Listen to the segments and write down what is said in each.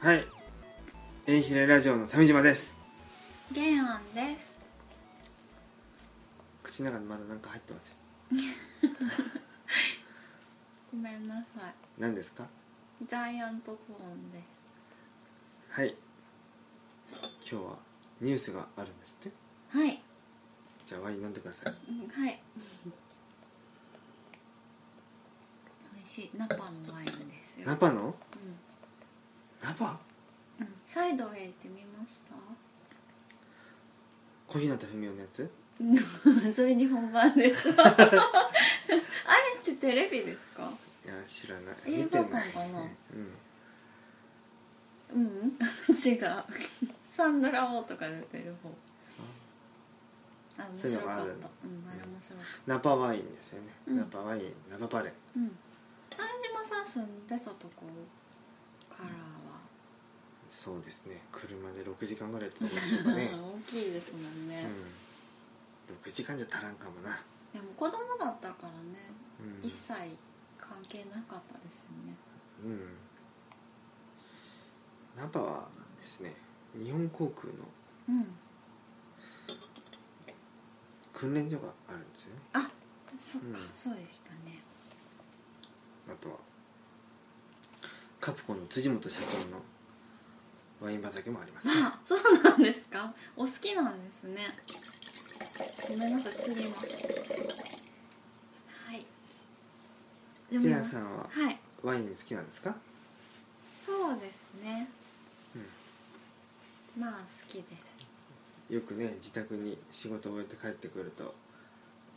はい。縁ひれラジオの鮫島です。原案です口の中にまだなんか入ってますよ。ごめんなさ何ですかいジャイアントコーンですはい。今日はニュースがあるんですって。はいじゃあワイン飲んでください。うんはい美味しいナパのワインですよナパのうナパん、うん、サイドへ行ってみまし小日向文世のやつた それ日本版です あれってテレビですかいや、知らない。映見て画ない館かなうん。うん違うサンドラオとか出てる方あ面そういう白のかがったあうるんあれ面白かったナパワインですよね。うんナパワイン、ナパパレ。うん鮫島さん住んでたとこからはそうですね。車で6時間ぐらいってとこでしょうかね。大きいですもんね、うん。6時間じゃ足らんかもな。でも子供だったからね、うん一切関係なかったですよねうんナパはですね日本航空のうん訓練所があるんですよねあそっか、うんそうでしたねあとはカプコンの辻本社長のワイン畑もありますねあそうなんですかお好きなんですねごめんなさい釣りますはいでテラさんははいワイン好きなんですかそうですね、まあ好きですよくね自宅に仕事を終えて帰ってくると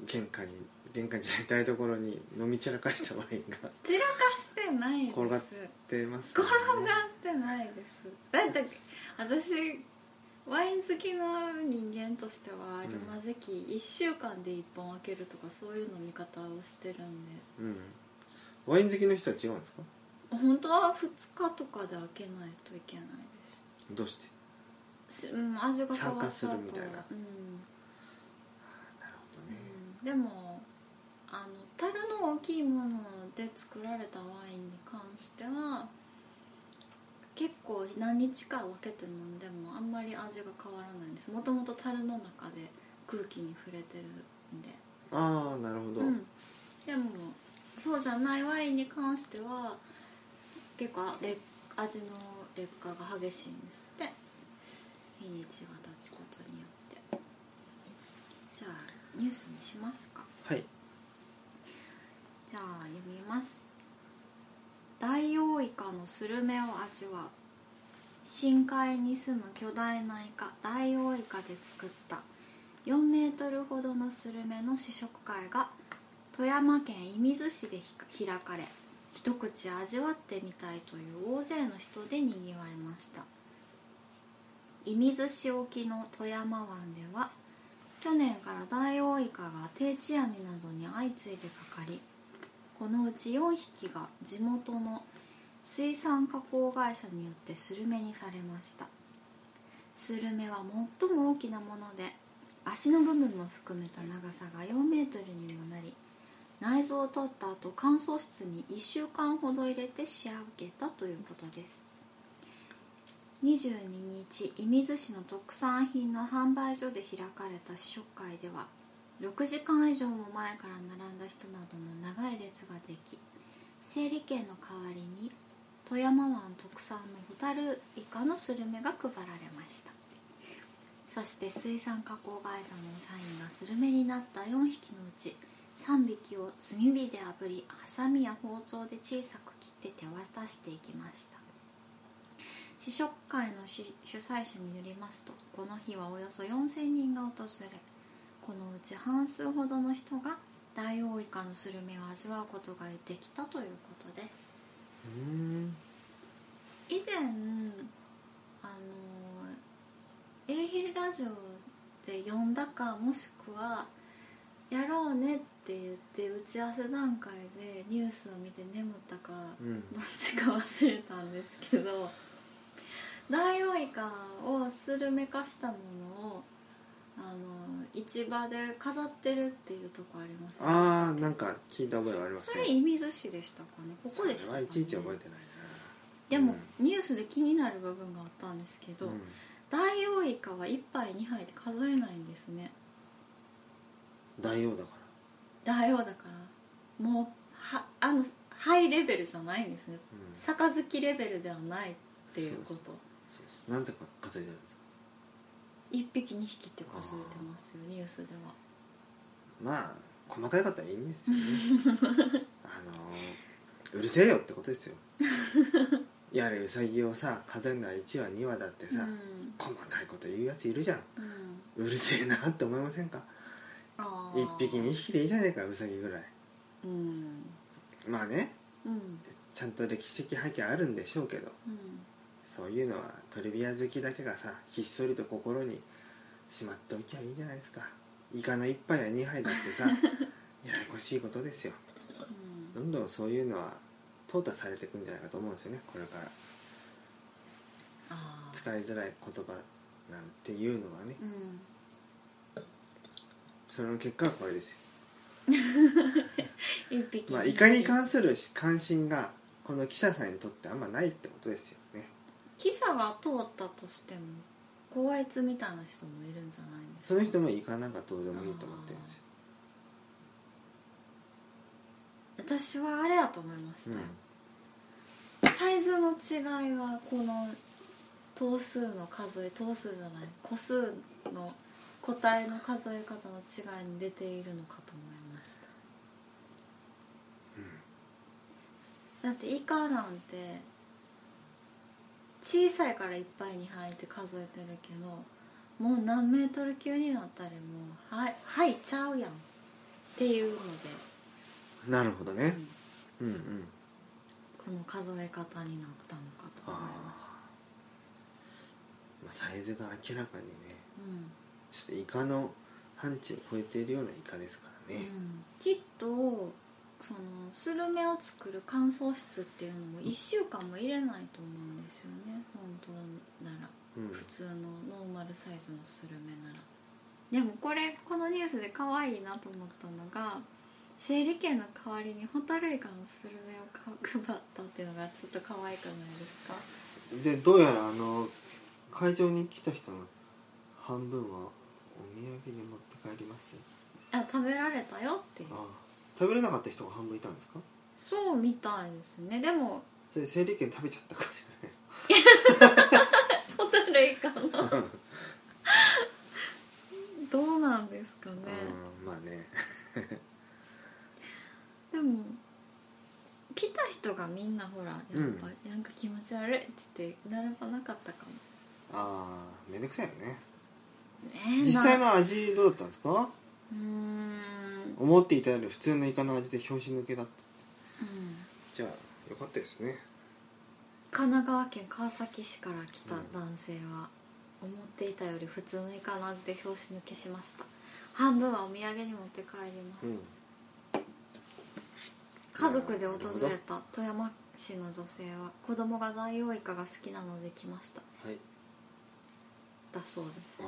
玄関に玄関じゃない台所に飲み散らかしたワインが散らかしてないです転が転がっ出ますねってないですだって私ワイン好きの人間としてはあるまじき1週間で1本開けるとかそういう飲み方をしてるんでうんワイン好きの人は違うんですか本当は2日とかで開けないといけないどうしてですし、うん、味が変わっちゃう酸化するみかたらいなうん、なるほどねうん、でもあの樽の大きいもので作られたワインに関しては結構何日か分けて飲んでもあんまり味が変わらないんですもともと樽の中で空気に触れてるんでああなるほど、うん、でもそうじゃないワインに関しては結構劣味の劣化が激しいんですって日にちが経つことによってじゃあニュースにしますかはいじゃあ読みますダイオウイカのスルメを味わう深海に住む巨大なイカダイオウイカで作った4メートルほどのスルメの試食会が富山県射水市でひか開かれ一口味わってみたいという大勢の人でにぎわいました射水市沖の富山湾では去年からダイオウイカが定置網などに相次いでかかりこのうち4匹が地元の水産加工会社によってスルメにされましたスルメは最も大きなもので足の部分も含めた長さが4メートルにもなり内臓を取った後乾燥室に1週間ほど入れて仕上げたということです22日射水市の特産品の販売所で開かれた試食会では6時間以上も前から並んだ人などの長い列ができ整理券の代わりに富山湾特産のホタルイカのスルメが配られましたそして水産加工会社の社員がスルメになった4匹のうち3匹を炭火で炙りハサミや包丁で小さく切って手渡していきました試食会のし主催者によりますとこの日はおよそ4000人が訪れこのうち半数ほどの人がダイオウイカのスルメを味わうことができたということですうーん以前あの A ヒルラジオで呼んだかもしくは「やろうね」って言って打ち合わせ段階でニュースを見て眠ったかうんどっちか忘れたんですけどダイオウイカをスルメ化したものをあの市場で飾ってるっていうとこありますああなんか聞いた覚えはありますそれ射水市でしたかねここでしそたれはか、ね、いちいち覚えてないでも、ニュースで気になる部分があったんですけど、な、うんダイオウイカは1杯2杯で数えないんですね大王だかダイオウだからもうはあのハイレベルじゃないんですねら、うん、そう杯レベルではないっていうこそうとそうなんてか数えてるんですか1匹2匹って数えてますよニュースではまあ細かいかったらいいんですよね あのうるせえよってことですよ いやあれウサギをさ数えるのは1話2話だってうさ、ん、細かいこと言うやついるじゃんうん、うるせえなって思いませんかあー1匹2匹でいいじゃねえかウサギぐらいうんまあねうんちゃんと歴史的背景あるんでしょうけどうんそういうのはトリビア好きだけがさひっそりと心にしまっておきゃいいじゃないですかイカの1杯や2杯だって さややこしいことですようんどんどんそういうのは淘汰されていくんじゃないかと思うんですよねこれからあ使いづらい言葉なんていうのはねーうんそれの結果はこれですよ一匹まあイカに関する関心がこの記者さんにとってあんまないってことですよね記者は通ったとしても高あいつみたいな人もいるんじゃないんですその人もイカなんかどうでもいいと思ってるんですよ私はあれやと思いましたよ、うサイズの違いはこの頭数の数え頭数じゃない個数の個体の数え方の違いに出ているのかと思いました、だってイカなんて小さいからいっぱいに入って数えてるけどもう何メートル級になったりもうはい「はいちゃうやん」っていうので、んなるほどうねんうんうんこの数え方になったのかと思いましたまあサイズが明らかにねうんちょっとイカの範疇を超えているようなイカですからうね、んきっとそのスルメを作る乾燥室っていうのも1週間も入れないと思うんですよね本当ならうん普通のノーマルサイズのスルメならでもこれこのニュースで可愛いなと思ったのが整理券の代わりにホタルイカのスルメを買う配ったっていうのがちょっと可愛くないですかでどうやらあの会場に来た人の半分はお土産で持って帰りますあ食べられたよっていうああ食べれなかった人が半分いたんですかそうみたいですねでもそれ整理券食べちゃったからじホタルイカのゃない どうなんですかね、うんまあねでも来た人がみんなほらやっぱ、うんなんか気持ち悪いっつって並ばなかったかもああめんどくさいよねえー、実際なの味どうだったんですかうーん、思っていたより普通のイカの味で拍子抜けだったうん、じゃあよかったですね神奈川県川崎市から来た男性は、思っていたより普通のイカの味で拍子抜けしました半分はお土産に持って帰りまうす、ん家族で訪れた富山市の女性は子供がダイオウイカが好きなので来ましたはいだそうですああ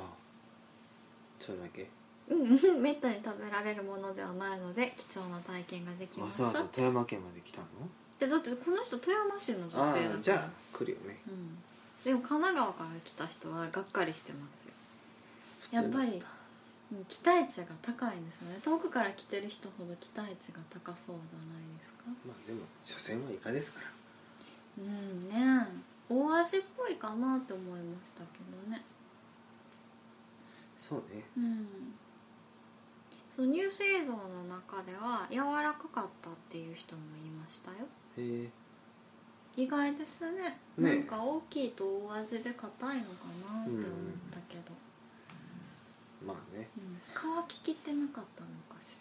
それだけうんめったに食べられるものではないので貴重な体験ができわましざたわざ富山県まで来たのでだってこの人富山市の女性だあからあじゃあ来るよねうん、でも神奈川から来た人はがっかりしてますよ普通やだっぱりうん期待値が高いんですよね遠くから来てる人ほど期待値が高そうじゃないですかまあでも所詮はイカですからうんね大味っぽいかなって思いましたけどねそうねうんそうニュース映像の中では柔らかかったっていう人もいましたよへえ意外ですねねなんか大きいと大味で硬いのかなって思ったけど、まあねうん皮利きってなかったのかし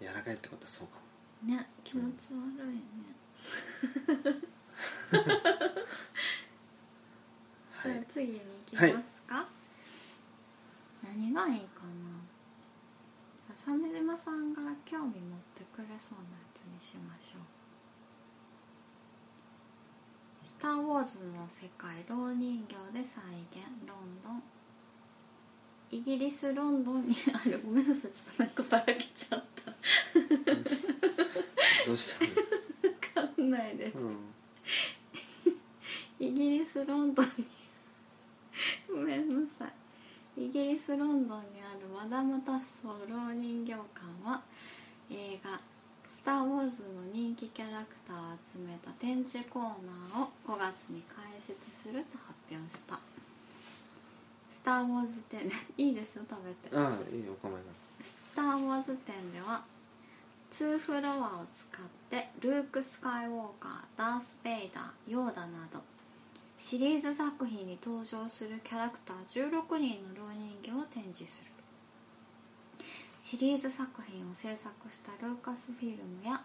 うん柔らかいってことはそうかもらね気持ち悪いね、はいじゃあ次に行きはいますか、何がいいかなじゃあ鮫島さんが興味持ってくれそうなやつにしましょうター・ウォーズ」の世界蝋人形で再現ロンドンイギリスロンドンにあるごめんなさいちょっとなんかばらけちゃったどうしたの、わかんない です、うん、イギリスロンドンに ごめんなさいイギリスロンドンにあるマダム・タッソー老人形館は映画「スター・ウォーズ」の人気キャラクターを集めた展示コーナーを5月に開設すると発表した「スター・ウォーズ展」いいですよ食べてああいいよお構いなスター・ウォーズ展では2フロアを使ってルーク・スカイウォーカーダース・ベイダーヨーダなどシリーズ作品に登場するキャラクター16人の老人形を展示するシリーズ作品を制作したルーカスフィルムや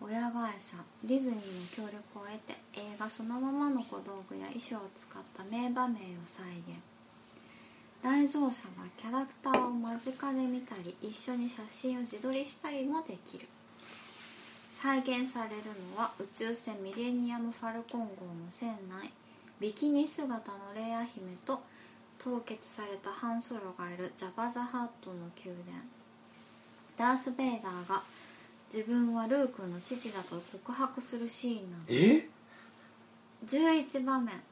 親会社ディズニーの協力を得て映画そのままの小道具や衣装を使った名場面を再現来場者はキャラクターを間近で見たり一緒に写真を自撮りしたりもできる再現されるのは宇宙船ミレニアム・ファルコン号の船内ビキニ姿のレア姫と凍結されたハンソロがいるジャバ・ザ・ハットの宮殿ダース・ベイダーが自分はルークの父だと告白するシーンなどえ11場面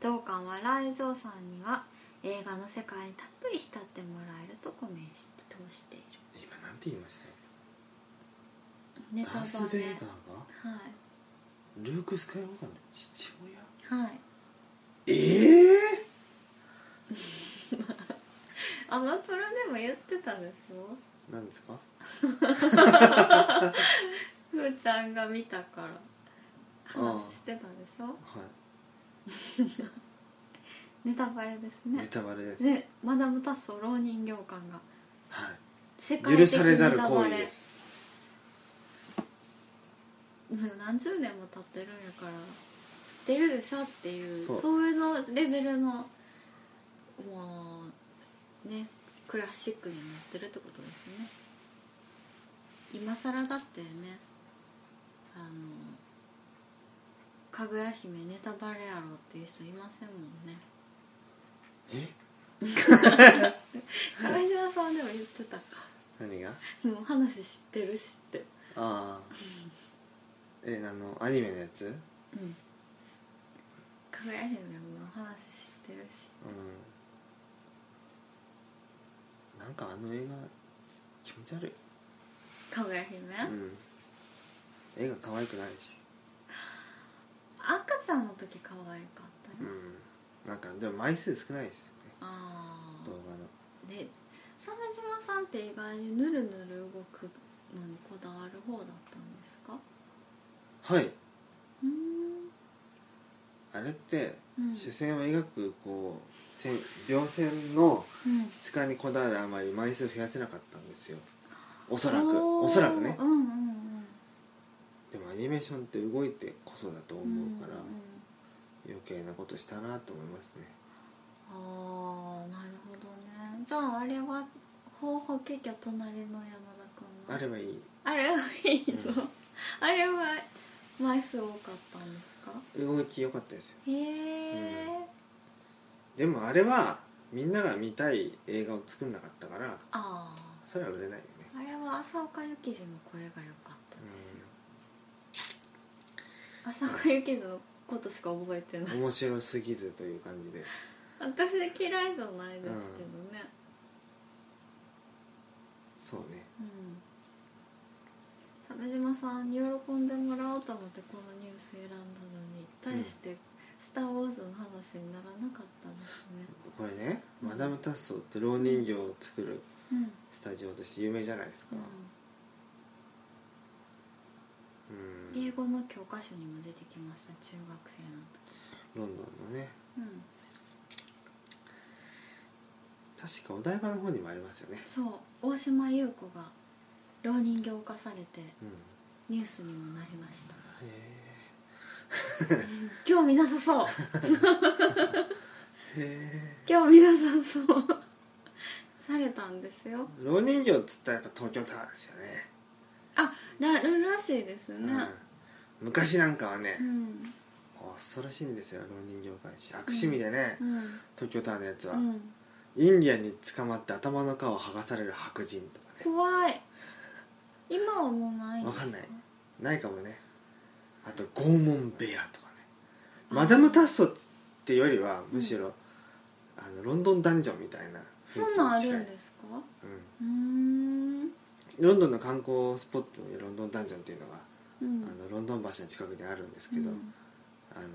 同館は来場者には映画の世界にたっぷり浸ってもらえるとコメントしている今なんて言いましたよネタダース・バベイレダーがはルーク・スカイウォーカーの父親いはいええアマプロでも言ってたでしょなんですかふーちゃんが見たから話してたでしょはいネタバレですネねタバレです、でマダム・タッソー老人形館がは世い、界許的されネざるタ行バ為レですもう何十年も経ってるんやから知ってるでしょっていうそそうういうのレベルのもうねクラシックになってるってことですね今更だってねあのかぐや姫ネタバレやろっていう人いませんもんねえ鮫島さんでも言ってたか何がもう話知ってるしってああえあのアニメのやつうんうんかぐや姫もお話知ってるしなんかあの映画気持ち悪いかぐや姫、うん絵が可愛くないし赤ちゃんの時可愛かったうね、んなんかでも枚数少ないですよねあ動あで鮫島さんって意外にぬるぬる動くのにこだわる方だったんですか画のはいうーあんれってうん視線を描くこう線両線のうん質感にこだわるあまり枚数増やせなかったんですよおそらくおそらくねうんうんうんでもアニメーションって動いてこそだと思うから、んん余計なことしたなと思いますねああなるほどねじゃああれは方法結局隣の山田君あはればいいあれはいいの、うあれは枚数多かったんですか動き良かったですよへえ、でもあれはみんなが見たい映画を作んなかったからああそれは売れないよね、あれは浅岡ゆきじの声が良かったですよ、浅岡ゆきじのことしか覚えてないうん、面白すぎずという感じで私嫌いじゃないですけどねそうねうん鮫島さんに喜んでもらおうと思ってこのニュース選んだのに対して「スター・ウォーズ」の話にならなかったんですねこれね、うんマダム・タッソーって老人形を作るうん、スタジオとして有名じゃないですか、うん英語の教科書にも出てきました中学生ロの時ンドンのねうん確かお台場の方にもありますよね、そう大島優子が老人形化されてうん、ニュースにもなりましたへえ興味なさそうへ興味なさそうされたんですよえ老人形っつったらやっぱ東京タワーですよねあらららしいですねうん、昔なんかはねう、んこ恐ろしいんですよ浪人業界悪趣味でね、うん東京タワーのやつは、うんインディアンに捕まって頭の皮を剥がされる白人とかね怖い今はもうないですわかんないないかもねあと拷問部屋とかねマダム・タッソってよりはむしろ、あのロンドンダンジョンみたいな雰囲そん気なんあにる近いんですかうーうんん、ロンドンの観光スポットにロンドンダンジョンっていうのが、うんあのロンドン橋の近くにあるんですけど、うんあの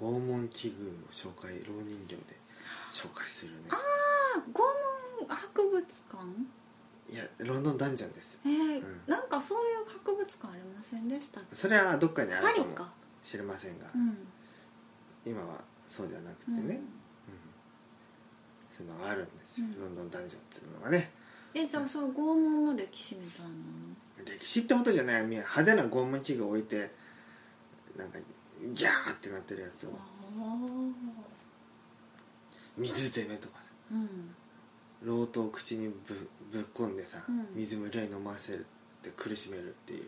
拷問器具を紹介蝋人形で紹介するねあ拷問博物館いやロンドンダンジョンですえーうんなんかそういう博物館ありませんでしたっけそれはどっかにあパるリかもかしれませんが、うん今はそうじゃなくてうね、んうんそういうのがあるんですよ、うんロンドンダンジョンっていうのがねえじゃあその拷問の歴史みたいなの歴史ってことじゃない派手な拷問器具を置いてなんかギャーってなってるやつをああ水攻めとかさうんロートを口にぶぶっ込んでさ、うん水無理やり飲ませるって苦しめるっていう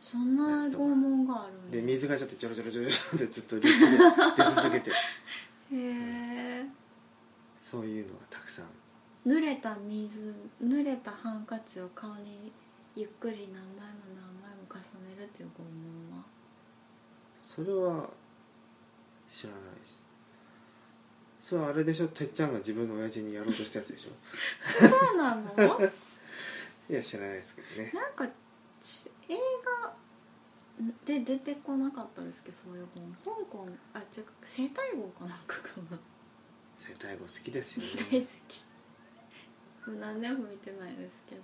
そんな拷問があるんだでへ水がちょっとちょろちょろちょろちょろってずっとループで出続 けてえそういうのがたくさん濡れた水濡れたハンカチを顔にゆっくり何枚も何枚も重ねるっていう拷問はそれは知らないですそれはあれでしょてっちゃんが自分の親父にやろうとしたやつでしょ そうなのいや知らないですけどねなんかち映画で出てこなかったですけどそういう本香港あ違う生態号かなんかかな生態号好きですよ大ね好きもう何年も見てないですけど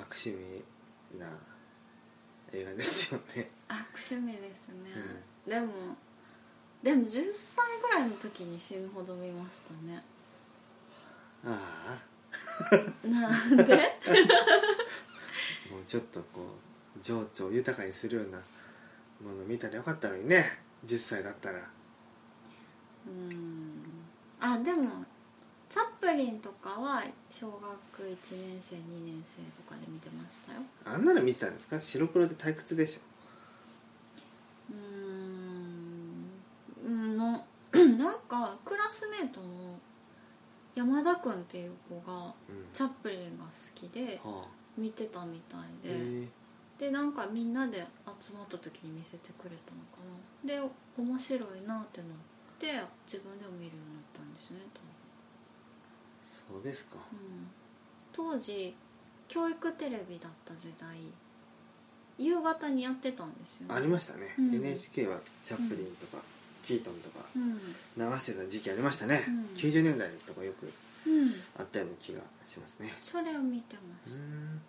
悪趣味な映画ですよね 悪趣味ですね、でもでも10歳ぐらいの時に死ぬほど見ましたねあなんであもうちょっとこう情緒を豊かにするようなもの見たらよかったのにね10歳だったらうーんあでもチャップリンとかは小学1年生2年生とかで見てましたよあんなの見てたんですか白黒で退屈でしょうーんうんの なんかクラスメートの山田君っていう子がうんチャップリンが好きではあ見てたみたいえで、でなんかみんなで集まった時に見せてくれたのかなで面白いなってなって自分でも見るようになったんですね多そうですか分うん、当時教育テレビだった時代夕方にやってたんですよ、ね、ありましたね、うん NHK はチャップリンとか、キートンとかうんうん流してた時期ありましたね、うん90年代とかよくあったような気がしますねそれを見てまうしーたん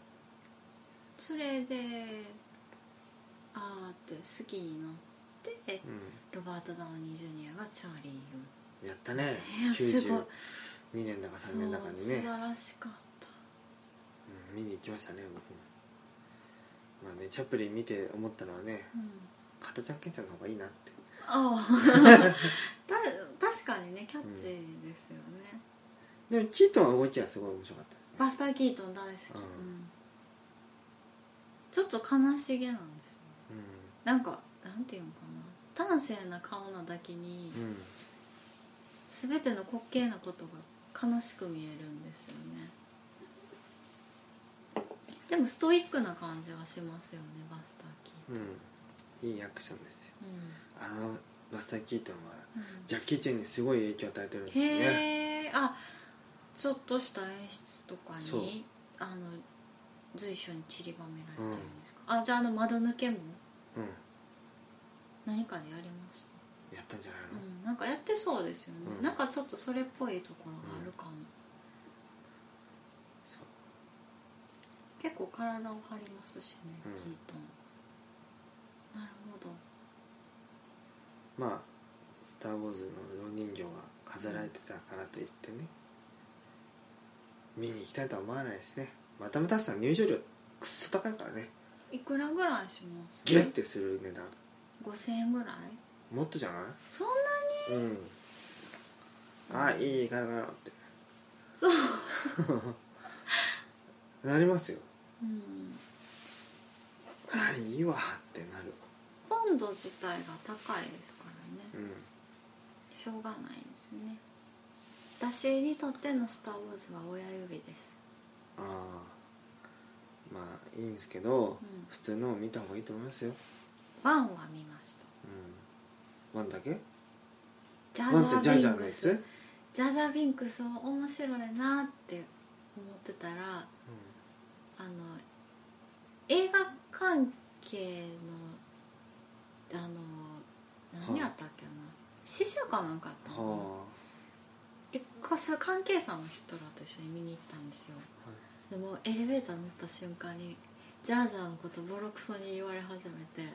それであーって好きになってうロバート・ダウニー・ジュニアがチャーリーいるんやったねえーすごい92年だか3年だかそうに素ね、晴らしかったうん見に行きましたね僕もまあねチャップリン見て思ったのはねうん片ちゃんけんちゃんの方がいいなってああ た確かにねキャッチーですよね、でもキートンは動きがすごい面白かったですねバスター・キートン大好き、うんうんちょっと悲しげなんですよなんかなんていうのかな端正な顔なだけにうん、うん、全ての滑稽なことが悲しく見えるんですよねでもストイックな感じはしますよねバスター・キーうん、いいアクションですよトン、あのバスター・キートンはうんジャッキー・チェンにすごい影響を与えてるんですよねへえあちょっとした演出とかそうにあの随所に散りばめられてるんですか、あじゃああの窓抜けもうん何かでやりました、やったんじゃないの、うん、なんかやってそうですよね、うんなんかちょっとそれっぽいところがあるかも、そう結構体を張りますしね、うんキートンなるほどまあ「スター・ウォーズ」の老人形が飾られてたからといってね見に行きたいとは思わないですねまたまたさん入場料くっそ高いからねいくらぐらいしますギュッてする値段5000円ぐらいもっとじゃなそんないうんああいいガラガラってそう なりますようんああいいわってなる本度自体が高いですからうねんしょうがないですね私にとっての「スター・ウォーズ」は親指ですああまあいいんですけど、うん普通のを見た方がいいと思いますよワンは見ましたうんワンだけジャワンってジジャージャーャビンのクやスつジャジャビンクスを面白いなって思ってたらあの映画関係のあの何やったっけな死者かなんかあったのかな、はでかそれ関係者の人らと一緒に見に行ったんですよ、はでもエレベーター乗った瞬間にジャージャーのことボロクソに言われ始めてあ、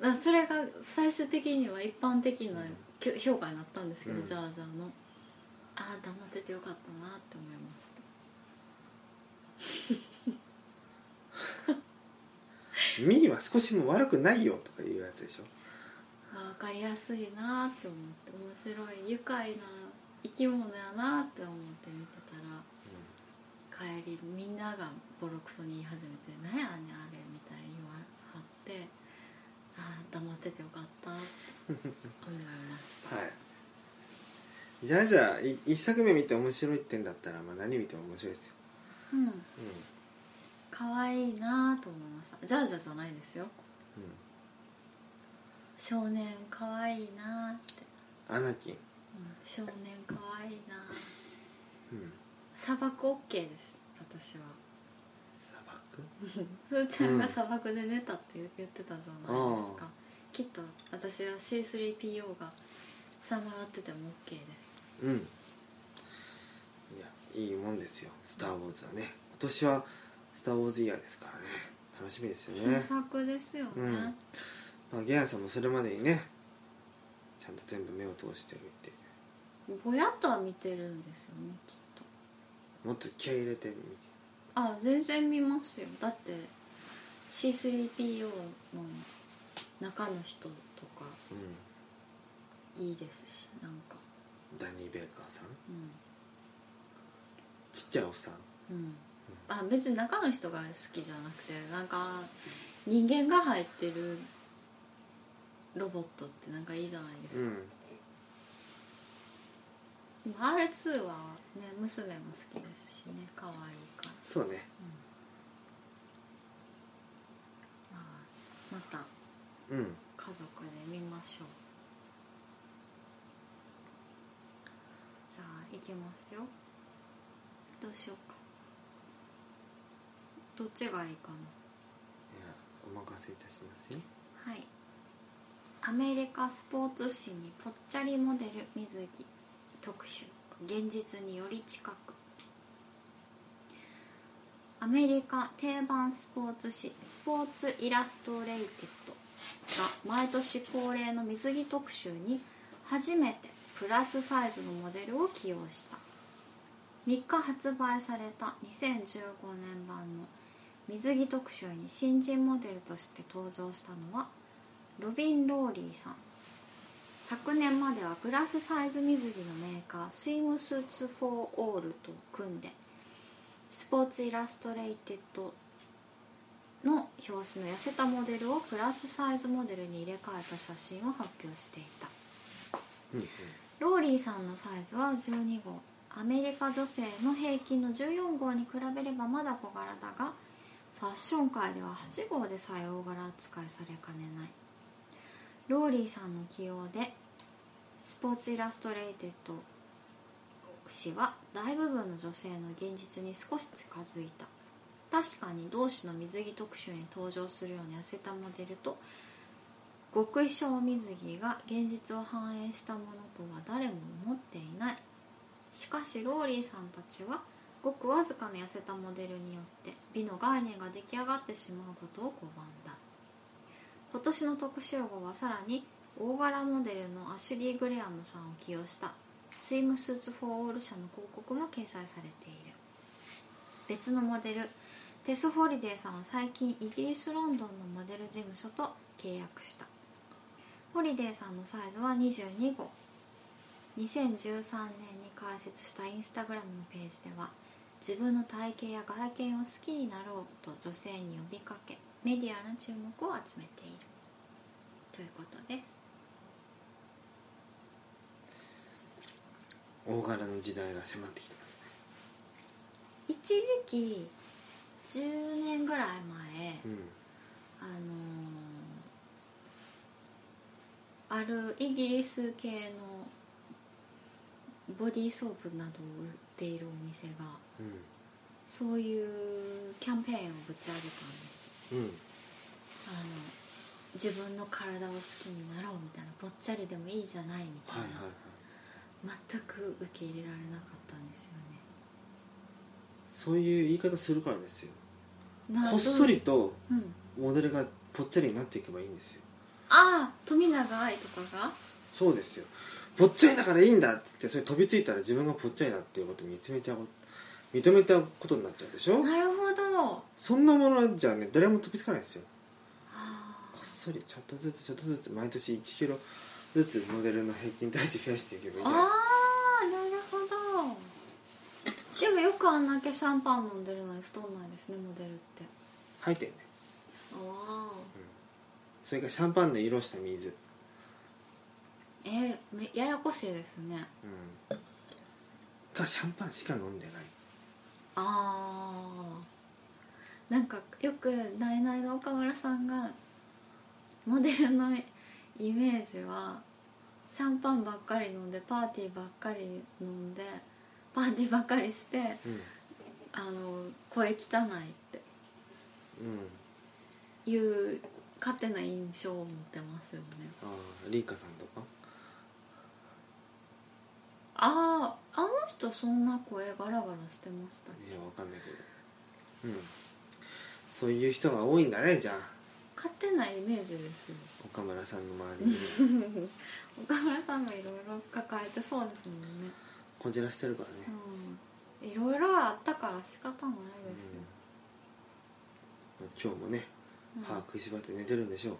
う、んまあそれが最終的には一般的なうんきょ評価になったんですけど、うんジャージャーのああ黙っててよかったなって思いましたミニは少しも悪くないよとかいうやつでしょ分かりやすいなって思って面白い愉快な生き物やなって思って見てたら帰りみんながボロクソに言い始めて「何やねんあれ」みたいに言わはってああ黙っててよかったって思いまし たはいじゃあじゃあい一作目見て面白いってんだったら、まあ、何見ても面白いですよ、うんうん可愛いなと思いましたジャージャーじゃないですよう少年可愛いなって、ん、アナキン、うん、少年可愛いなうん、砂漠 OK です私は砂漠ふーちゃんが砂漠で寝たって言ってたじゃないですか、きっと私は C3PO がさまよってても OK ですうんいやいいもんですよ「スター・ウォーズ」はね今年は「スター・ウォーズ・イヤー」ですからね楽しみですよ新ね、作ですよね、うんまあ、ゲアさんもそれまでにねちゃんと全部目を通してみてぼやっとは見てるんですよねきっともっと気合い入れてみてあ全然見ますよだって C3PO の中の人とかういいですしなんかんダニー・ベイカーさんうちっちゃいおっさんんうんあ別に中の人が好きじゃなくてなんか人間が入ってるロボットってなんかいいじゃないですうか、んでも R2 はね娘も好きですしね可愛いからそうねまあまたうん家族で見ましょうじゃあ行きますよどうしようかどっちがいいかいやお任せいたしますよなはいアメリカスポーツ誌にぽっちゃりモデル水着特集現実により近くアメリカ定番スポーツ誌「スポーツ・イラストレイテッド」が毎年恒例の水着特集に初めてプラスサイズのモデルを起用した3日発売された2015年版の水着特集に新人モデルとして登場したのはロビン・ローリーさん昨年まではプラスサイズ水着のメーカースイムスーツ・フォー・オールと組んでスポーツイラストレイテッドの表紙の痩せたモデルをプラスサイズモデルに入れ替えた写真を発表していたうんうんローリーさんのサイズは12号アメリカ女性の平均の14号に比べればまだ小柄だがファッション界では8号でさえ大柄扱いされかねないローリーさんの起用でスポーツイラストレイテッド氏は大部分の女性の現実に少し近づいた確かに同氏の水着特集に登場するように痩せたモデルと極小水着が現実を反映したものとは誰も思っていないしかしローリーさんたちはごくわずかな痩せたモデルによって美の概念が出来上がってしまうことを拒んだ今年の特集号はさらに大柄モデルのアシュリー・グレアムさんを起用したスイムスーツ・フォー・オール社の広告も掲載されている別のモデルテス・ホリデーさんは最近イギリス・ロンドンのモデル事務所と契約したホリデーさんのサイズは22号2013年に開設したインスタグラムのページでは自分の体型や外見を好きになろうと女性に呼びかけメディアの注目を集めているということです大柄の時代が迫ってきてますね一時期10年ぐらい前うあのーあるイギリス系のボディーソープなどを売っているお店がんそういうキャンペーンをぶち上げたんですようんうんあの自分の体を好きになろうみたいなぽっちゃりでもいいじゃないみたいはいはいな、はい全く受け入れられなかったんですよねそういう言い方するからですよなこっそりとうん、モデルがぽっちゃりになっていけばいいんですよああ富永愛とかがそうですよぽっちゃりだからいいんだっつってそれ飛びついたら自分がぽっちゃりだっていうことを見つめちゃう認めたことになっちゃうでしょなるほどそんなものじゃね誰も飛びつかないですよあこっそりちょっとずつちょっとずつ毎年1キロずつモデルの平均体重増やしていけばいいじーゃないですかあーなるほどでもよくあんだけシャンパン飲んでるのに太んないですねモデルって入ってるねああそれからシャンパンの色した水うんえーめややこしいですねかシャンパンしか飲んでないあーなんかよくナイナイの岡村さんがモデルのイメージはシャンパンばっかり飲んでパーティーばっかり飲んでパーティーばっかりしてうんあの声汚いってうんいう勝手な印象を持ってますよねああリンカさんとかあああの人そんな声ガラガラしてましたねいやわかんないけどうんそういう人が多いんだねじゃあ勝手なイメージですよ岡村さんの周りに 岡村さんもいろいろ抱えてそうですもんねこじらしてるからね、うんいろいろあったから仕方ないうんですよ、今日もねうん歯食いしばって寝てるんでしょう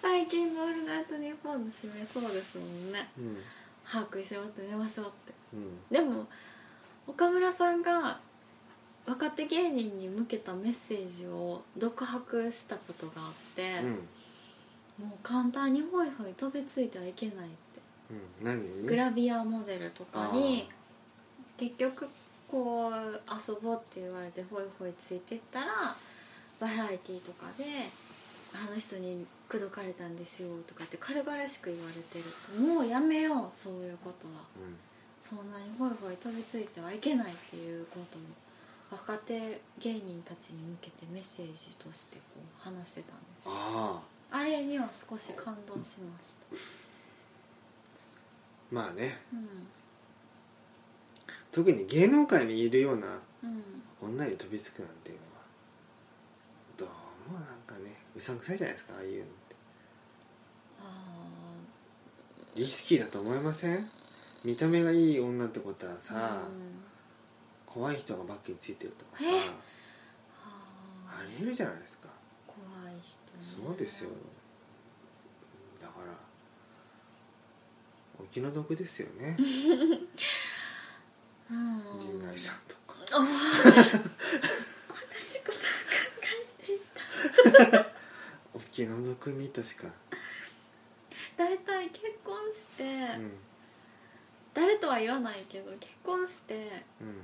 最近の「オールナイトニッポン」の締めそうですもんねうん歯食いしばって寝ましょうってうんでも岡村さんが若手芸人に向けたメッセージを独白したことがあって、うんもう簡単にホイホイ飛びついてはいけないってうん何グラビアモデルとかに結局こう遊ぼうって言われてホイホイついてったらバラエティーとかで「あの人に口説かれたんですよ」とかって軽々しく言われてるもうやめようそういうことはうんそんなにホイホイ飛びついてはいけないっていうことも若手芸人たちに向けてメッセージとしてこう話してたんですよあああれには少し感動しましたまあねうん特に芸能界にいるようなうん女に飛びつくなんていうのはどうもなんかねうさんくさいじゃないですかああいうのってあーリスキーだと思いません見た目がいい女ってことはさ、うん怖い人がバッグについてるとかさえああーりえるじゃないですか怖い人ねそうですよだからお気の毒ですよねうん陣内さんとかああ私ことお気の毒にとしか、大体結婚して、うん誰とは言わないけど結婚してうん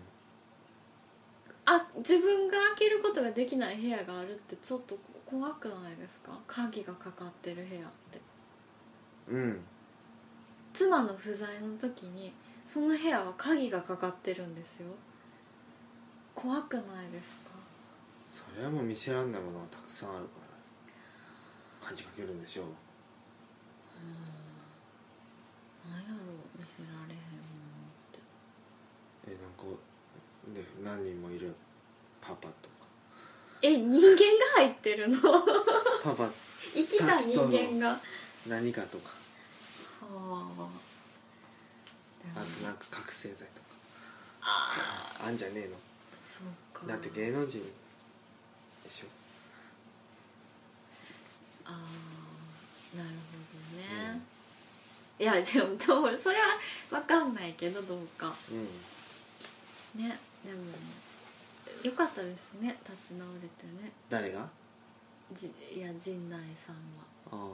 あ自分が開けることができない部屋があるってちょっと怖くないですか鍵がかかってる部屋ってうん妻の不在の時にその部屋は鍵がかかってるんですよ怖くないですかそれはもう見せらんないものがたくさんあるから感じかけるんでしょううん何やろう見せられへんものってえなんかで何人もいるパパとかえ人間が入って るのパパ生きた人間がは何かとかああとなんか覚醒剤とあかあんじゃねえそうのかだって芸能人でしょああなるほどね、いやでもどうそれは分かんないけどどうかうんねでもよかったですね立ち直れてね誰がじいや陣内さんはああ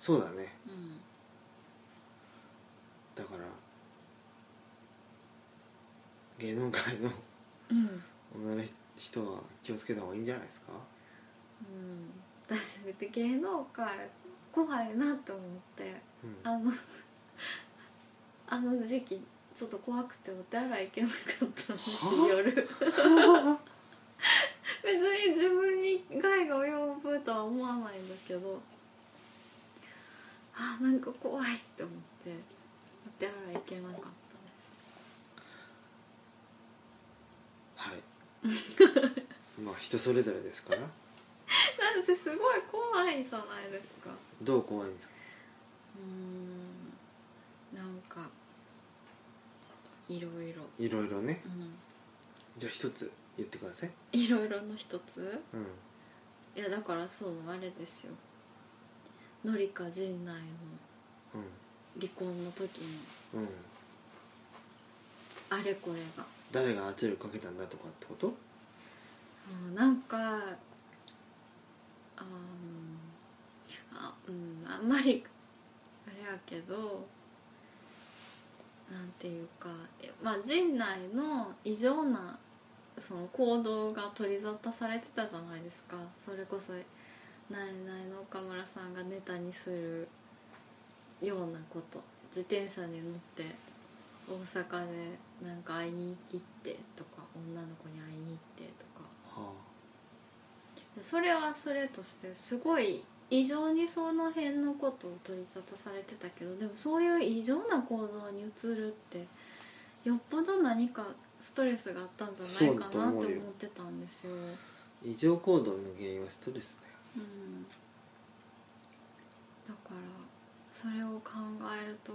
そうだねうんだから芸能界のうん女の人は気をつけた方がいいんじゃないですかうん私別に芸能界怖いなって思ってうんあの あの時期ちょっと怖くてお手洗い行けなかったんですはあ夜 別に自分に害が及ぶとは思わないんだけどあなんか怖いって思ってお手洗い行けなかったです はい まあ人それぞれですから だってすごい怖いじゃないですかどう怖いんですかうーんなんかいろいろいろいろねうんじゃあ一つ言ってくださいいろいろの一つうんいやだからそうあれですよのりか陣内の離婚の時のうんうんあれこれが誰が圧力かけたんだとかってことうんなんかあーうんあ,、うん、あんまりあれやけどなんていうかえまあ陣内の異常なその行動が取り沙汰されてたじゃないですかそれこそ「ナイナイの岡村さんがネタにするようなこと自転車に乗って大阪でなんか会いに行ってとか女の子に会いに行ってとかはそれはそれとしてすごい異常にその辺のことを取り沙汰されてたけどでもそういう異常な行動に移るってよっぽど何かストレスがあったんじゃないそかなってうだと思思っうよてたんですよ。あ異常行動の原因はストレスだようん、だからそれを考えると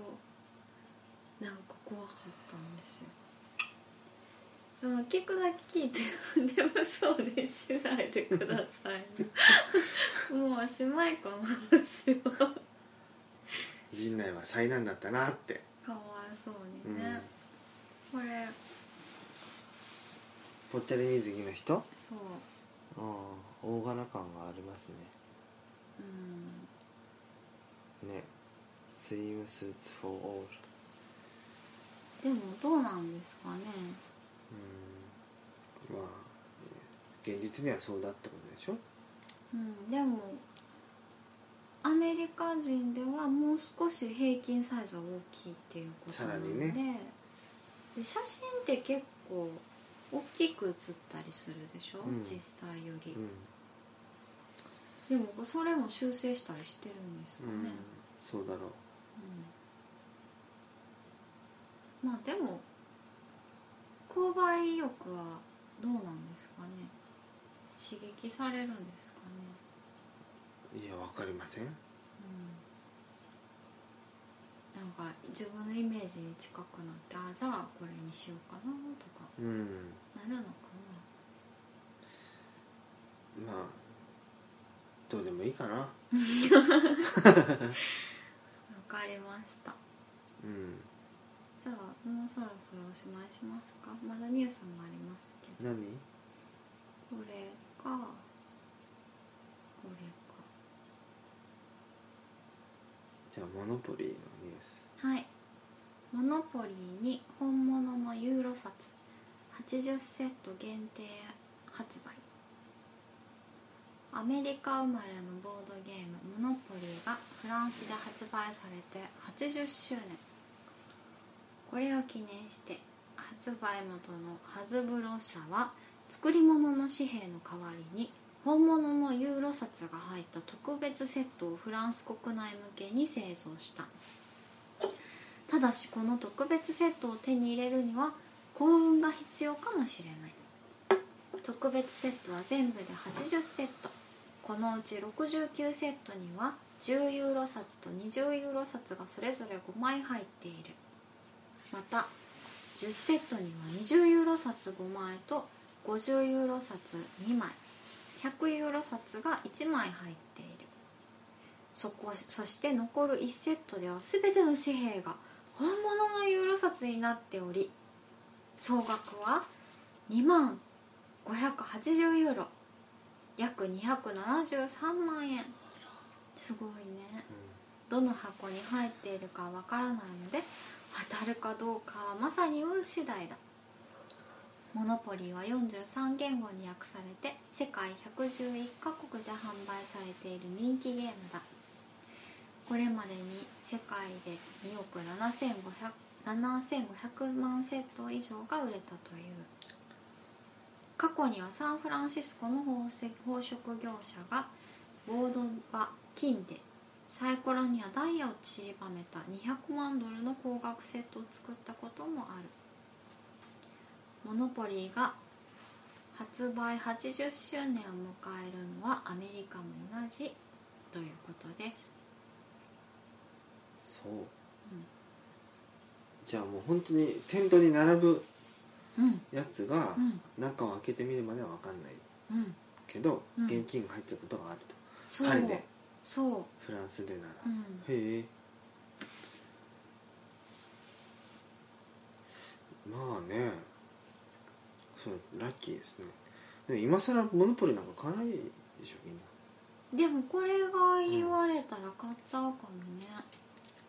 なんか怖かったんですよその聞くだけ聞いて「でもそうにしないでくださいね」もうおしまいこの話は陣内は災難だったなって、かわいそううんにね、これぽっちゃり水着の人あそうあ大柄感がありますうんねねスイムスーツフォーオールでもどうなんですかねうんまあ現実にはそうだってことでしょうん、でもアメリカ人ではもう少し平均サイズは大きいっていうことなので,、さらにで写真って結構大きく写ったりするでしょ、うん実際よりう、ん、でもそれも修正したりしてるんですかね、うん、そうだろううんまあでも購買意欲はどうなんですかね刺激されるんですかねいやわかりませんうんなんか自分のイメージに近くなってあじゃあこれにしようかなとかうんなるのかまあどうでもいいかななわかりましたうんじゃあもうそろそろおしまいしますかまだニュースもありますけど何これかこれじゃあモノポリーのニュースかはいモノポリーに本物のユーロ札80セット限定発売アメリカ生まれのボードゲーム「モノポリー」がフランスで発売されて80周年これを記念して発売元のハズブロ社は作り物の紙幣の代わりに本物のユーロ札が入った特別セットをフランス国内向けに製造したただしこの特別セットを手に入れるには幸運が必要かもしれない特別セットは全部で80セットこのうち69セットには10ユーロ札と20ユーロ札がそれぞれ5枚入っているまた10セットには20ユーロ札5枚と50ユーロ札2枚100ユーロ札が1枚入っているそこそして残る1セットでは全ての紙幣が本物のユーロ札になっており総額は2万580ユーロ約273万円すごいねどの箱に入っているかわからないので当たるかどうかはまさに運次第だモノポリーは43言語に訳されて世界111カ国で販売されている人気ゲームだこれまでに世界で2億7500 7500万セット以上が売れたという過去にはサンフランシスコの宝石宝飾業者がボードは金でサイコロにはダイヤをちりばめた200万ドルの高額セットを作ったこともあるモノポリーが発売80周年を迎えるのはアメリカも同じということですそう、じゃあもう本当にテントに並ぶうんやつがうん中を開けてみるまでは分かんないうんけど、うん現金が入ってることがあるとそうパリでそフランスでなら、ううんへえまあねそうラッキーですねでも今更モノポリなんか買わないでしょみんなでもこれが言われたら買っちゃうかもね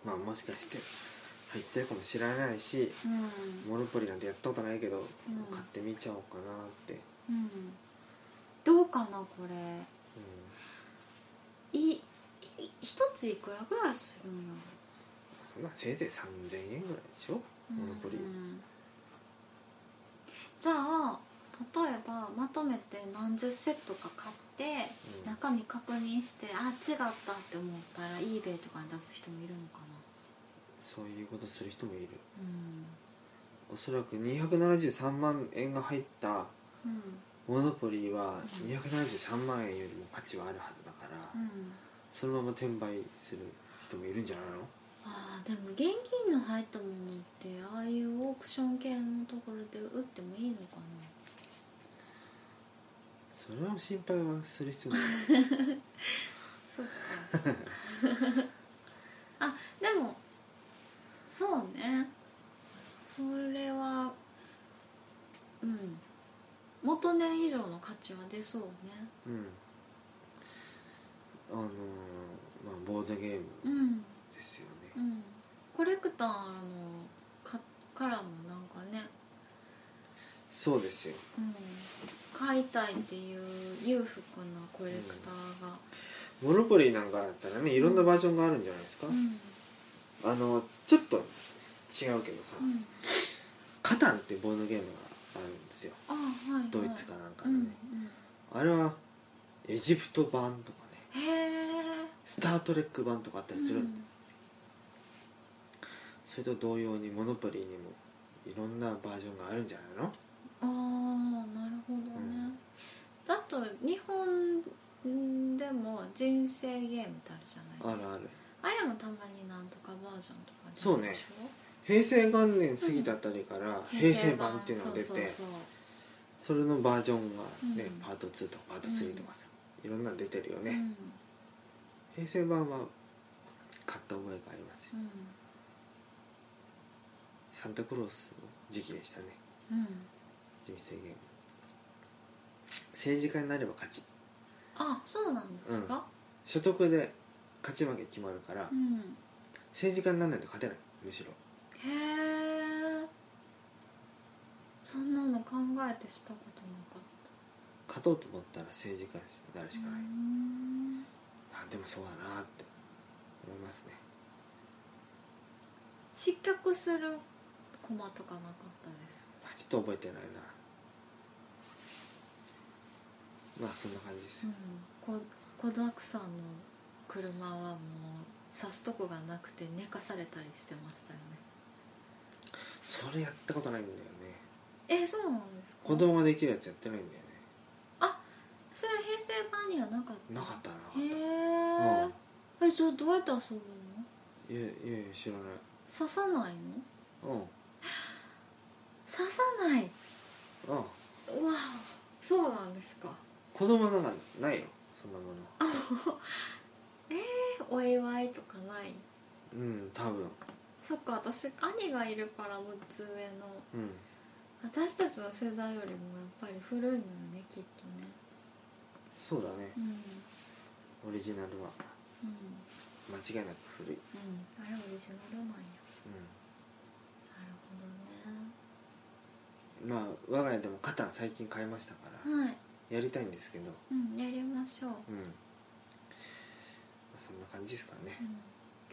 まあもしかして入ってるかもしれないしうんモノポリなんてやったことないけど、うん買ってみちゃおうかなって、うんうんどうかなこれいい一ついくらぐらいするんやそんなせいぜい3000円ぐらいでしょろモノポリうんじゃあ例えばまとめて何十セットか買って、うん中身確認してあ違ったって思ったら eBay とかに出す人もいるのかなそういうことする人もいるうんおそらく273万円が入ったうんモノポリーはうん273万円よりも価値はあるはずだから、うんそのまま転売する人もいるんじゃないのあーでも現金の入ったものってああいうオークション系のところで売ってもいいのかそれは心配はする必 要ないなそっかあでもそうねそれはうん元値以上の価値は出そうねうんあのーまあボードゲームうんですよね、うんコレクターのかからもなんかね、そうですようん、買いたいっていう裕福なコレクターが、モノポリーなんかだったらねいろんなバージョンがあるんじゃないですか、うんあのちょっと違うけどさ、うんカタンってボードゲームがあるんですよあはいはいドイツかなんかうのんね、うあれはエジプト版とかねん、へえスター・トレック版とかあったりするんで、それと同様にモノポリーにもいろんなバージョンがあるんじゃないのああなるほどね、うんだと日本でも人生ゲームってあるじゃないあでするかあるあれもたまになんとかバージョンとかそうね平成元年過ぎたあたりから平成版っていうのが出てそそうそうそうれのバージョンがね、うんパート2とかパート3とかさ、いろんなの出てるようね、ん平成版は買った覚えがありますようサンタクロースの時期でしたねんうん人生ゲーム政治家になれば勝ちあそうなんですか所得で勝ち負け決まるから、うん、政治家にならないと勝てないむしろへえそんなの考えてしたことなかっ勝とうと思ったら政治家になるたしかない、うんあでもそうだなって思いますね失脚する駒とかなかったですあちょっと覚えてないなまあそんな感じですうよん、こ小沢さんの車はもう刺すとこがなくて寝かされたりしてましたよそれやったことないんだよねねえそうなんですか子供ができるやつやってないんだよねそれは平成版にはなかったなかったなへかっうえんえじゃあどうやって遊ぶのたいやいやいや知らない刺さないうのん刺さないあうわそうなんですか子供なんかないよそんなものえお祝いとかないうん多分そっか私兄がいるから6つ上のうん私たちの世代よりもやっぱり古いのよねきっとねそうだねうんオうんリジナルは間違いなく古い、うん、うんあれオリジナルなんやなるほまあ我が家でもカタン最近買いましたからどねはいやりたいんですけどうんやりましょう、うんまあそんな感じですかね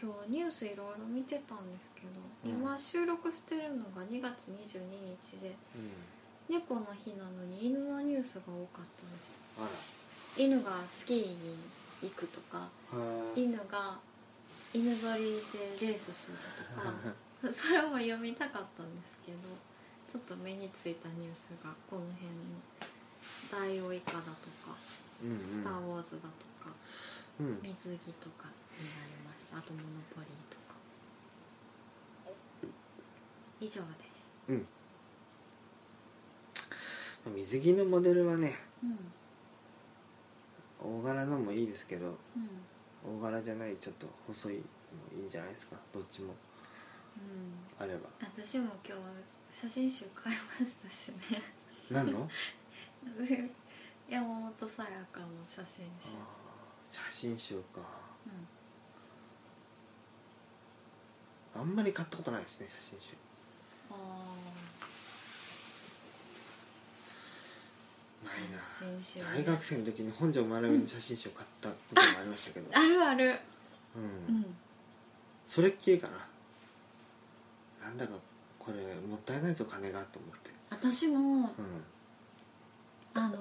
うん、今日ニュースいろいろ見てたんですけど、うん今収録してるのが2月22日でうん猫の日なのに犬のニュースが多かったですあ犬がスキーに行くとからはーい犬が犬ぞりでレースする とかそれも読みたかったんですけどちょっと目についたニュースがこの辺の「ダイオウイカ」だとかうんうん「スター・ウォーズ」だとかうん水着とかになりましたあとモノポリーとか以上ですうん水着のモデルはねうんうん大柄のもいいですけど大柄じゃないちょっと細いのもいいんじゃないですかどっちもうんあれば私も今日写真集買いましたしね 何の山本さやかの写真あ集ー写真集かうんあんまり買ったことないですね写真集あーないな写真集ね大学生の時に本庄学の写真集を買ったこともありましたけど、あるあるううんんそれっきりかななんだかこれもったいないぞ金がと思って私もうあの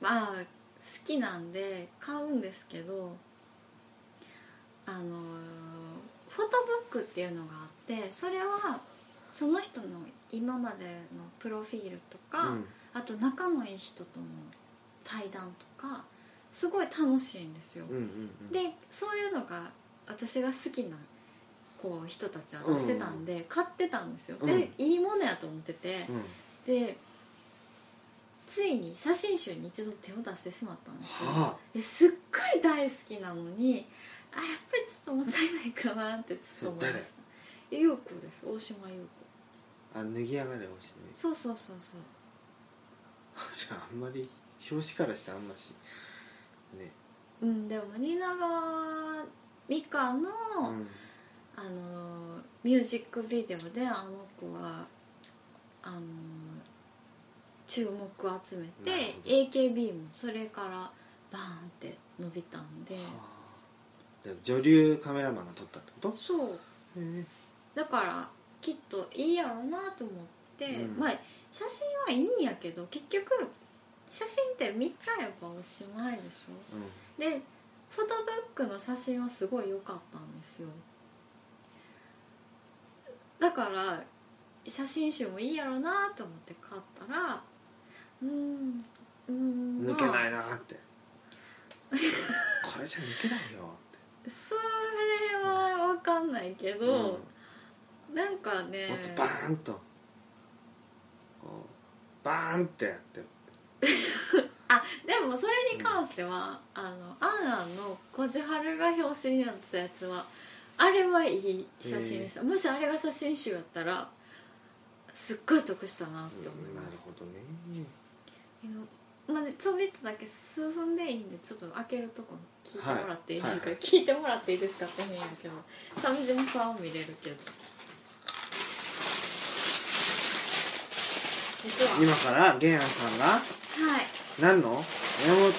まあ好きなんで買うんですけどあのフォトブックっていうのがあってそれはその人の今までのプロフィールとか、んうんあと仲のいい人との対談とかすごい楽しいんですよ。うんうんうんでそういうのが私が好きなこう人たちは出してたんで、買ってたんですよ。で、いいものやと思ってて。うんでついに写真集に一度手を出してしまったんですよ、はあですっごい大好きなのにあやっぱりちょっともったいないかなってちょっと思いましたえ優子です大島優子あ脱ぎ上がれおしいね そうそうそうそうあれあんまり表紙からしてあんましねうんでも蜷川美香の、うんあのーミュージックビデオであの子はあのー注目を集めなるてほど AKB もそれからバーンって伸びたんで、はあじゃあ女流カメラマンが撮ったってことそうへえだからきっといいやろうなと思って、うんまあ写真はいいんやけど結局写真って見ちゃえばおしまいでしょうんでフォトブックの写真はすごい良かったんですよだから写真集もいいやろうなと思って買ったらうーんうーん抜けないいなーってこれじゃ抜けないよそれは分かんないけーってど、なんかうんねもっとバーンとこうバーンってやってあでもそれに関しては、あのアンアンのこじはるが表紙になってたやつはあれはいい写真でした、もしあれが写真集やったらすっごい得したなって思いなまるすほ、どねまあね、ちょびっとだけ数分でいいんでちょっと開けるとこ聞いてもらっていいですか、はいは聞いてもらっていいですかって変やけど鮫島さんを見れるけど実は今から玄安さんがはい何の山本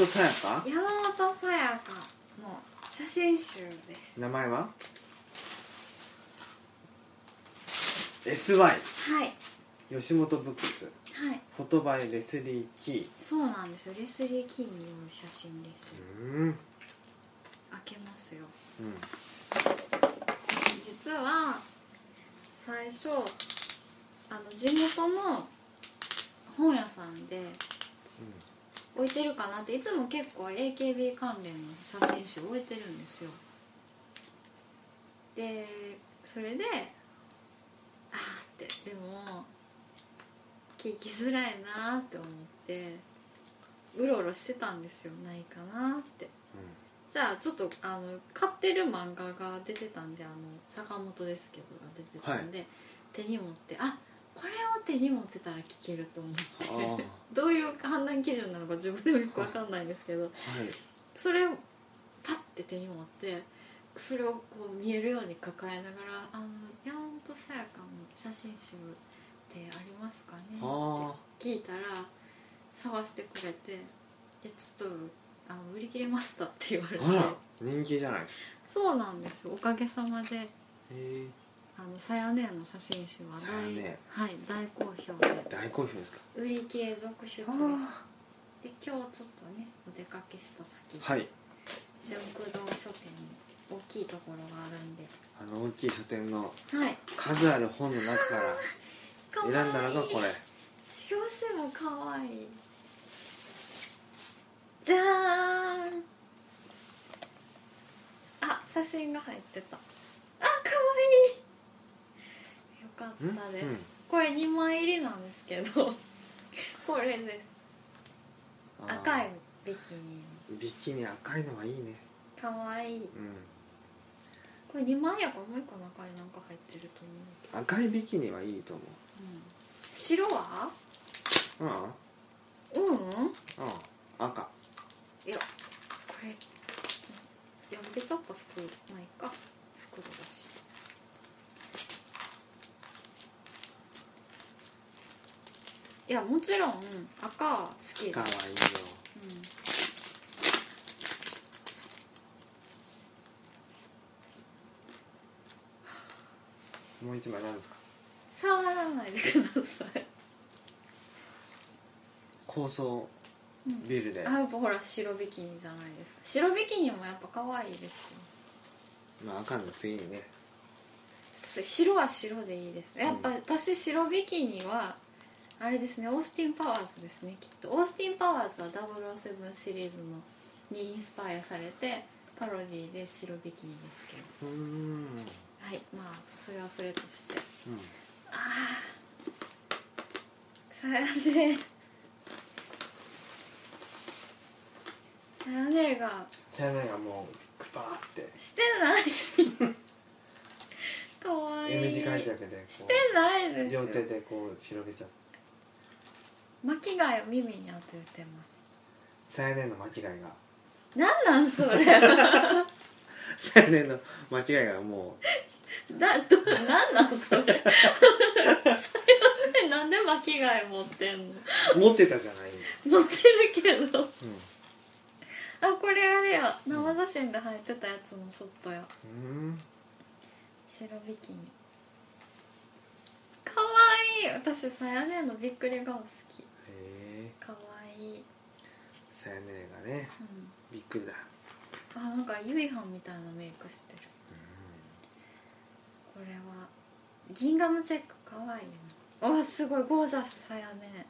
さやか山本さやかの写真集ですは名前は SY い吉本ブックスはいフォトバイレスリー・キーそうなんですよレスリー・キーによる写真ですようん開けますようん実は最初あの地元の本屋さんで置いてるかなっていつも結構 AKB 関連の写真集置いてるんですよでそれでああってでも聞きづらいなーって思ってうろうろしてたんですよないかなーってじゃあちょっとあの買ってる漫画が出てたんであの坂本ですけどが出てたんで、手に持ってあこれを手に持ってたら聞けると思あっあてどういう判断基準なのか自分でもよくわかんないんですけどはいそれをパッて手に持ってそれをこう見えるように抱えながら「あの山本さやかの写真集ってありますかね?」ああって聞いたら探してくれて「でちょっとあの売り切れました」って言われてあら人気じゃないですかそうなんですよおかげさまでへえ「あのさやねの写真集はさや大,、ねはい、大好評で大好評ですか売り切れ続出ですあでー今日ちょっとねお出かけした先ではい純駆動書店に大きいところがあるんであの大きい書店のはい数ある本の中からか選んだのがこれ表紙もかわいいじゃーんあ写真が入ってたあかわいいよかったです、んうんこれ2枚入りなんですけど これですあー赤いビキニビキニ赤いのはいいねかわいいうんこれ2枚やからもう1個中になんか入ってると思うけ赤いビキニはいいと思ど、うん、白はうあうんあああ赤いやこれやめちゃった服ないか袋だしいやもちろん赤は好きかだわいいようんもう一枚なんですか触らないでください、高層うんビルであやっぱほら白ビキニじゃないですか白ビキニもやっぱ可愛いですよまあ赤の次にねす白は白でいいですねやっぱうん私白ビキニはあれですねオースティン・パワーズですねきっとオースティン・パワーズは007シリーズのにインスパイアされてパロディで白ビキニですけどうーんはいまあそれはそれとしてうんああさやねさやねがさやながもうクパーってしてない かわいい M 字開脚でしこてないでうすよ両手でこう広げちゃって巻き貝を耳に当ててますさやねの間違いがなんなんそれ だ さやねの間違いがもどなんなんそれそれはねなんで巻き貝持ってんのう持ってたじゃない、持ってるけどうあこれあれや生写真で入ってたやつのショットやん、うん白ビキニかわいい私さやねんのびっくり顔好きへえかわいい、さやねがねうん、びっくりだ、あなんかゆいはんみたいなメイクしてるこれはギンガムチェックかわいいなわあすごいゴージャスさやね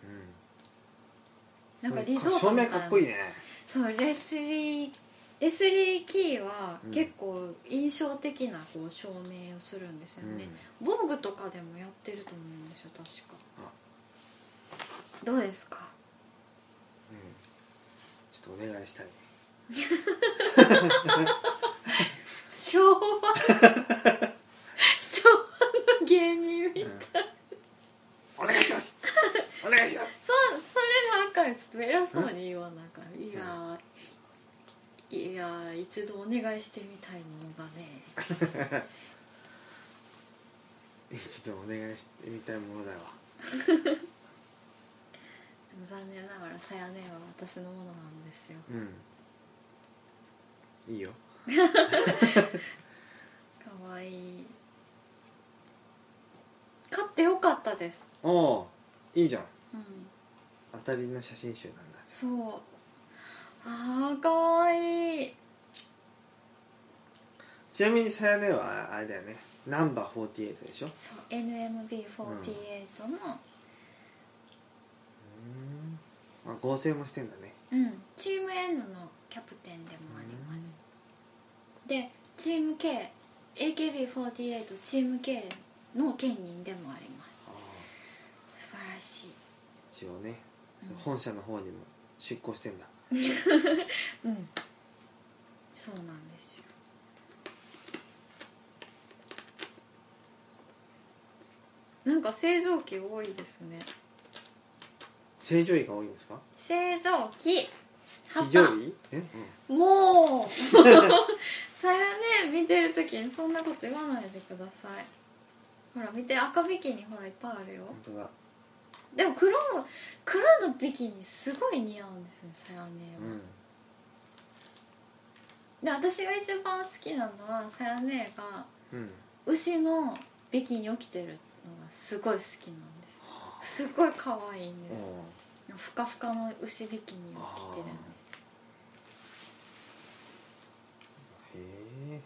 うんなんかリゾート照みた明いなかっこいいねそうレスリーレスリー・キーはうん結構印象的なこう照明をするんですよね、防具とかでもやってると思うんですよ確かどうですかうんうんちょっとお願いしたい昭和昭和の芸人みたい、うんお願いしますお願いしますそそれなんかちょっと偉そうに言わなあかんいやーいやー一度お願いしてみたいものだね一度お願いしてみたいものだわでも残念ながらさやねは私のものなんですようんいいよかわいい買ってよかったですおおいいじゃんうん当たりの写真集なんだそうあーかわいいちなみにさやねはあれだよねナンバー48でしょそう NMB48 の、うんあ合成もしてんだねうんチーム N のキャプテンでもあります、でチーム KAKB48 チーム K の兼任でもありますああ素晴らしい一応ね、うん本社の方にも出向してんだうんそうなんですよなんか星条旗多いですね正常位が多いんですか星条旗非常位え、うん、 もうさよね見てる時にそんなこと言わないでくださいほら見て赤ビキニほらいっぱいあるよ本当だでも黒の黒のビキニすごい似合うんですよさやねうんは、で私が一番好きなのはさやねがうん、牛のビキニを着てるのがすごい好きなんですすごい可愛いんですよふかふかの牛ビキニを着てるんですよへえ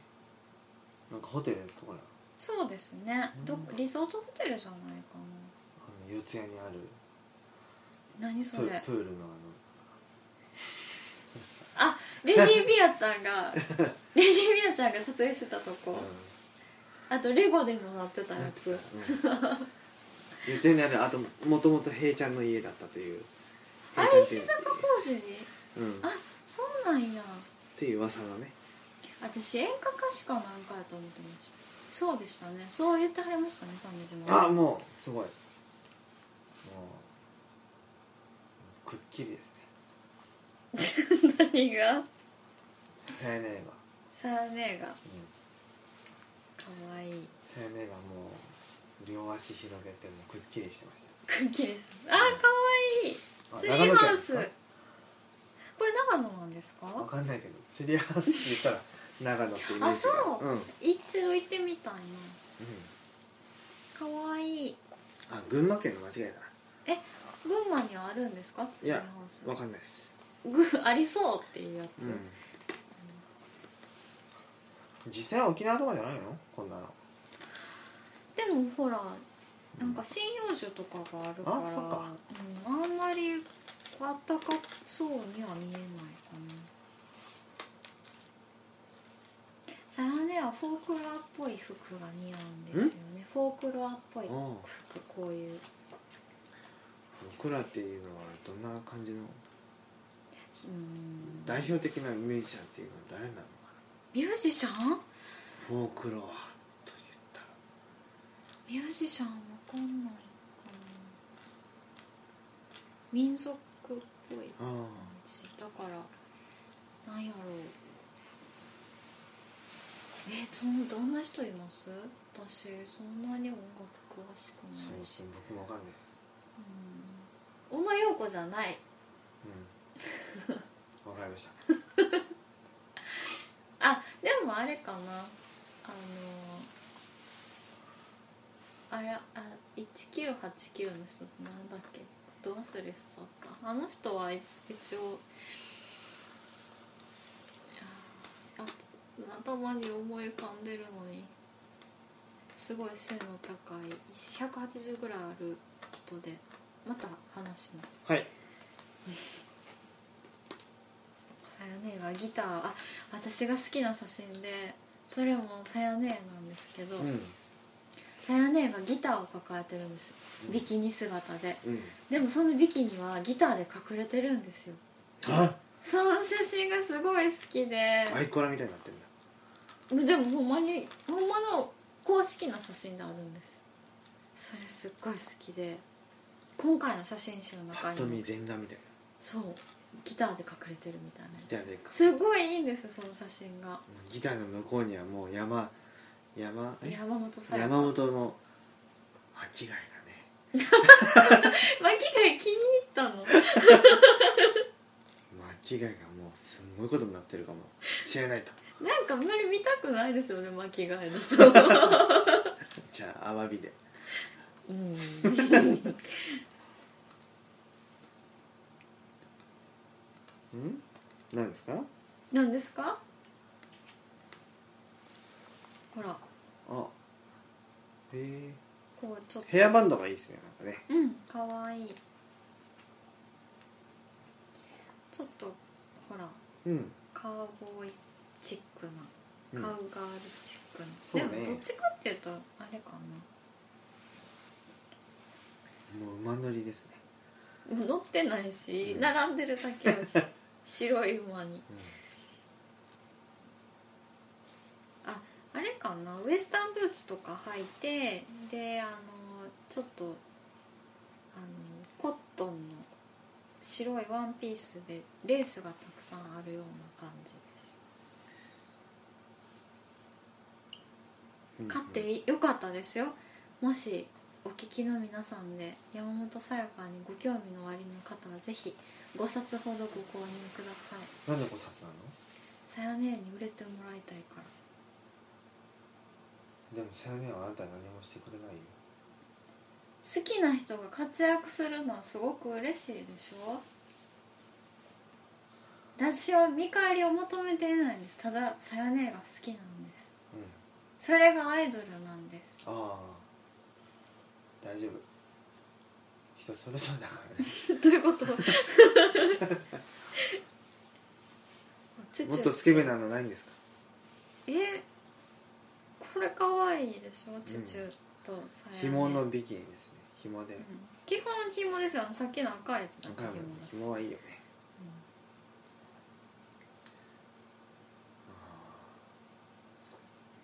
なんかホテルですかこれそうですねどうんリゾートホテルじゃないかあの四ツ谷にあるな何そプれプールのレディー・ビアちゃん がレディー・ビアちゃんが撮影してたとあの、こうあとレゴでもなってたん、なやんていつうかうん四ツ谷にあるあともともと平ちゃんの家だったというあ平れちゃ石ん坂浩二にっていう、うん、っあそうなんやていう噂のね私演歌歌手かなんかやと思ってましたそうでしたねそう言ってはりましたね鮫島あもうすごいもうくっきりです何がねさやねがさあねえがうんかわいいさやねがもう両足広げてもうくっきりしてましくっきりするあかわいいたあツリーハウス長野県ですこれ長野なんですかわかかんないけどツリーハウスって言ったら長 野ってイメージが、あそうんうん、一度行ってみたいなかわいいあ群馬県の間違いだ群馬にはあるんですかツリーハウスなわかんないですぐ ありそうっていうやつ、うん実際は沖縄とかじゃないのこんなのでもほらなんか針葉樹とかがあるからあそっかうん、あんまりあったかそうには見えないかなさやねはフォークロアっぽい服が似合うんですよねフォークロアっぽいうん服こういう僕らっていうのはどんな感じのうん代表的なミュージシャンっていうのは誰なのかミュージシャンなフォークロアと言ったらミュージシャンわかんないかな民族っぽいあ感じだからなんやろうえー、そんどんな人います私そんなに音楽詳しくあなそういそうし僕もわかんないですうん小野洋子じゃないう んわかりましたあでもあれかなあのあれあ1989の人ってなんだっけどう忘れしちゃったあの人は一一応ああ頭に思い浮かんでるのにすごい背の高い180ぐらいある人でまた話しますはいさやねえがギターあ私が好きな写真でそれもさやねえなんですけど、うんさやねえがギターを抱えてるんですよビキニ姿でうんでもそのビキニはギターで隠れてるんですよあその写真がすごい好きで、アイコラみたいになってるんだでもほんまにほんまの公式な写真であるんですよそれすっごい好きで今回の写真集のパッ中と見に全裸みたいなそうギターで隠れてるみたいなギタやーでつすごいいいんですよその写真がギターの向こうにはもう山山え山本さん山本の巻貝がね巻貝気に入った の巻貝がもうすんごいことになってるかも知らないとなんかあんまり見たくないですよね巻貝だとじゃあアワビでうんうん何ですか何ですかほらあへえこうちょっとヘアバンドがいいですねなんかねうんかわいいちょっとほらうんカウボーイチックなうんカウガールチックな、そうねでもどっちかっていうとあれかもう馬乗りですねなもう乗ってないし、うん並んでるだけだし白い馬にあれかなウエスタンブーツとか履いてであのちょっとあのコットンの白いワンピースでレースがたくさんあるような感じですうん買ってよかったですよもしお聞きの皆さんで山本さやかにご興味のおありの方はぜひ5冊ほどご購入くださいなんで5冊なのさやねえに売れてもらいたいからでもさやねはあなたに何もしてくれないよ好きな人が活躍するのはすごく嬉しいでしょ私は見返りを求めていないんですたださやねえが好きなんですうんそれがアイドルなんですああ大丈夫人それぞれだからね どういうこと チュもっチとュスケベなのないんですかえこれ可愛いでしょチュチュとさやね紐うのんビキニですね紐で基本紐ですよあのさっきの赤いやつだけ赤紐山のです紐はいいよね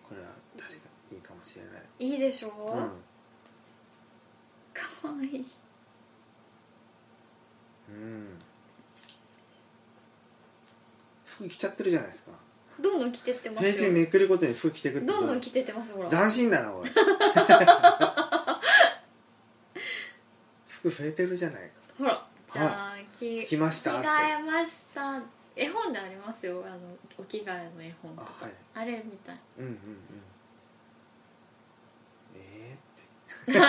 これは確かにいいかもしれないいいでしょ、うん可愛いうん服着ちゃってるじゃないですかどんどん着てってます平よ日めくることに服着てくってどんどん着てってますほら斬新だな おい服増えてるじゃないかほらじゃあ着着ましたっ着て替えました絵本でありますよあのお着替えの絵本とかあはいあ,、れみたいうんうんうんえー、って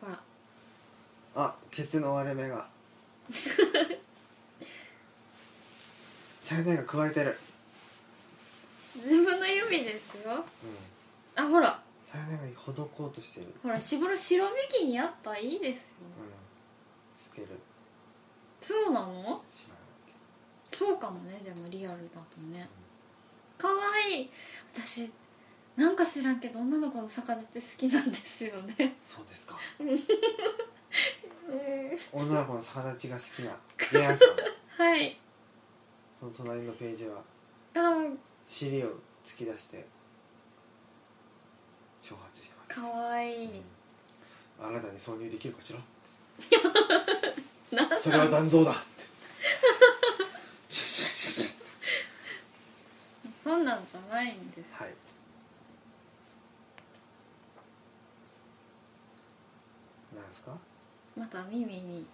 ほらあケツの割れ目がサヤネが食われてる、自分の指ですようん、あほらサヤネがほどこうとしてる、ほらしぼろ白ビキニやっぱいいですようん、つけるそうなの知らなそうかもねでもリアルだとね可愛い私なんか知らんけど女の子の逆立ち好きなんですよねそうですか女の子の逆立ちが好きなゲアンさんはいその隣のページはあー尻を突き出して挑発してます、可愛いうんあなたに挿入できるかし らなんそれは残像だ シャシャシャシャそんなんじゃないんです、はいなんですか、うん、また耳に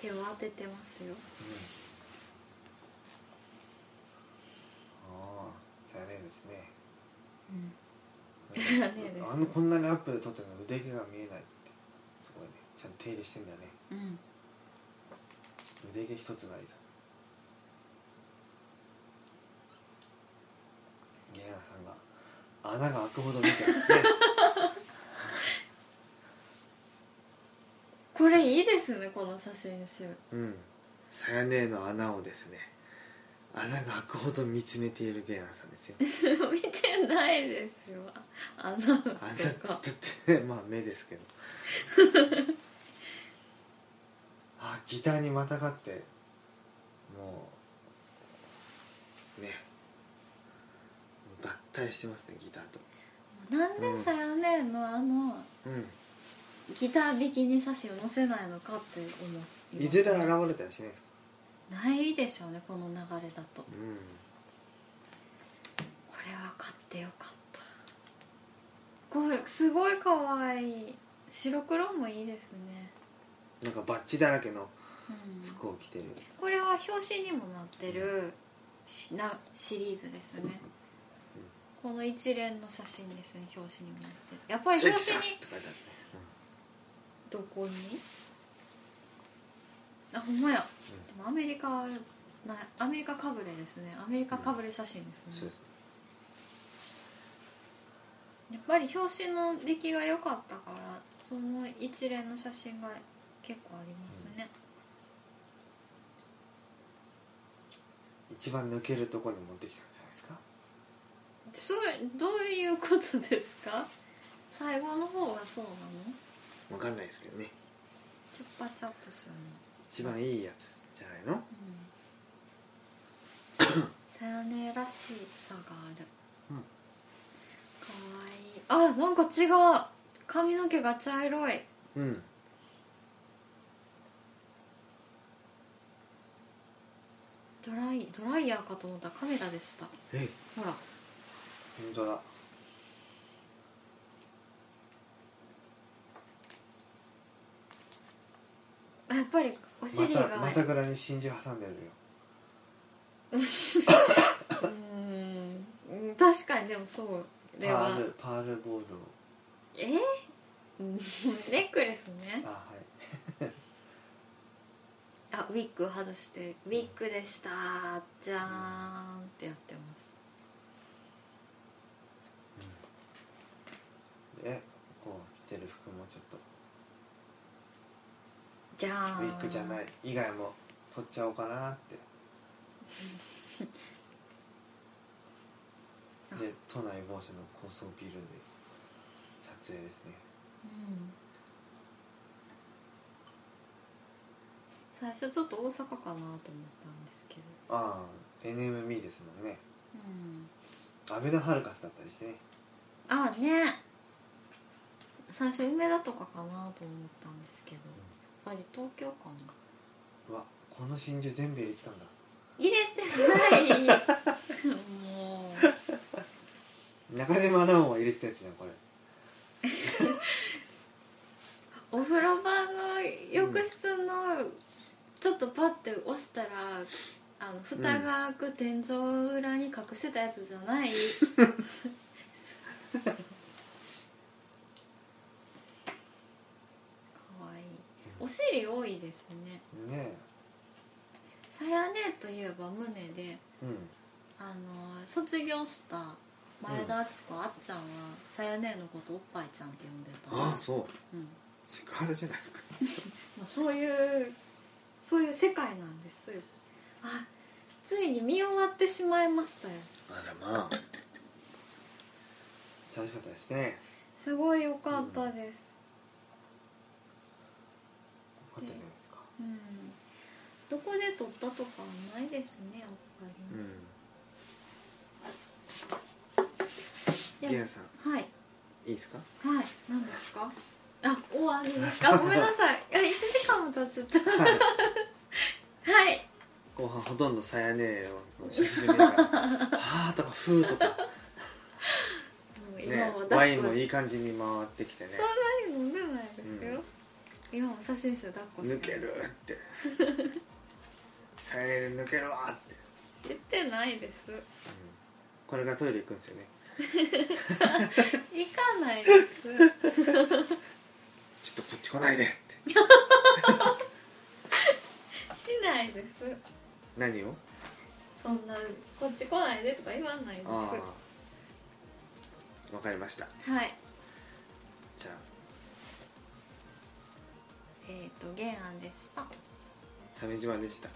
手を当ててますよああさやねですねうんさやねですあのこんなにアップで撮ってるのに腕毛が見えないってすごいねちゃんと手入れしてんだよねうん腕毛一つないぞゲイナさんが穴が開くほど見てますねこれいいですねこの写真集 うんさやねえの穴をですね穴が開くほど見つめているゲイナさんですよ見てないですよあのと穴っつっかてってまあ目ですけどあギターにまたがってもうね合体してますねギターとなんでさやねんのあのうんギタービキニ写真を載せないのかって思っていずれ現れたりしないですかないでしょうねこの流れだとこうれは買ってよかったこれすごい可愛い白黒もいいですね、んなんかバッチだらけのうん、服を着てるこれは表紙にもなってるしなシリーズですねこの一連の写真ですね表紙にもなってるやっ「ぱりテ表キサ紙にス」って書いてあるね、どこにあほんまやうでもアメリカはなアメリカかぶれですねアメリカかぶれ写真でうん、すそうねですねやっぱり表紙の出来が良かったからその一連の写真が結構ありますね一番抜けるとこに持ってきたんじゃないですかそれどういうことですか最後の方がそうなのわかんないですけどねチャッパチャップするの一番いいやつじゃないのさよねらしさがある、うんかわいいあなんか違う髪の毛が茶色いうんドライドライヤーかと思ったらカメラでしたえほら本当だあやっぱりおま尻が、たまたぐらに真珠挟んでるようーんうん確かにでもそうでパはールパールボールをえ ーうんネックレスねあはいあウィッグ外して「ウィッグでしたじゃーん」ってやってますえこう着てる服もちょっとじゃーんウィッグじゃない以外も取っちゃおうかなってあで都内某所の高層ビルで撮影ですねうん最初ちょっと大阪かなと思ったんですけどああ NMB ですもんねうんアベノハルカスだったりしてねあね最初梅田とかかなと思ったんですけどやっぱり東京かなうわこの真珠全部入れてたんだ入れてない もう中島アナは入れてたやつじゃんこれお風呂場の浴室のちょっとパッて押したらあの蓋が開く天井裏に隠してたやつじゃない、かわいいお尻多いですねねさやねといえば胸でえうんあの卒業した前田敦子、あっちゃんはさやねのことおっぱいちゃんって呼んでたそううんセクハラじゃないですかまあ、そういうそういう世界なんですよあついに見終わってしまいましたよあらまあ楽しかったですねすごい良かったですよかったじゃないですかうん、どこで撮ったとかはないですねやっぱりうね、んでゲもンさんはいいいですかはい何ですかあ終わりですかごめんなさいいや1時間も経っちゃったはいはい後半ほとんどさやねえよのしずみが「はあ」とか「ふう」 とか、もう今ねは、ワ抱イっンこもしいい感じに回ってきてねそんなに飲んでないですよ、うん今も写真集抱っこし抜けてるってさやねえ抜けるわって、知ってないですうんこれがトイレ行くんですよね行かないですちょっとこっち来ないでってしないです何をそんなこっち来ないでとか言わないですあはあわかりましたいじゃあえっ、ー、と原案でした鮫島でした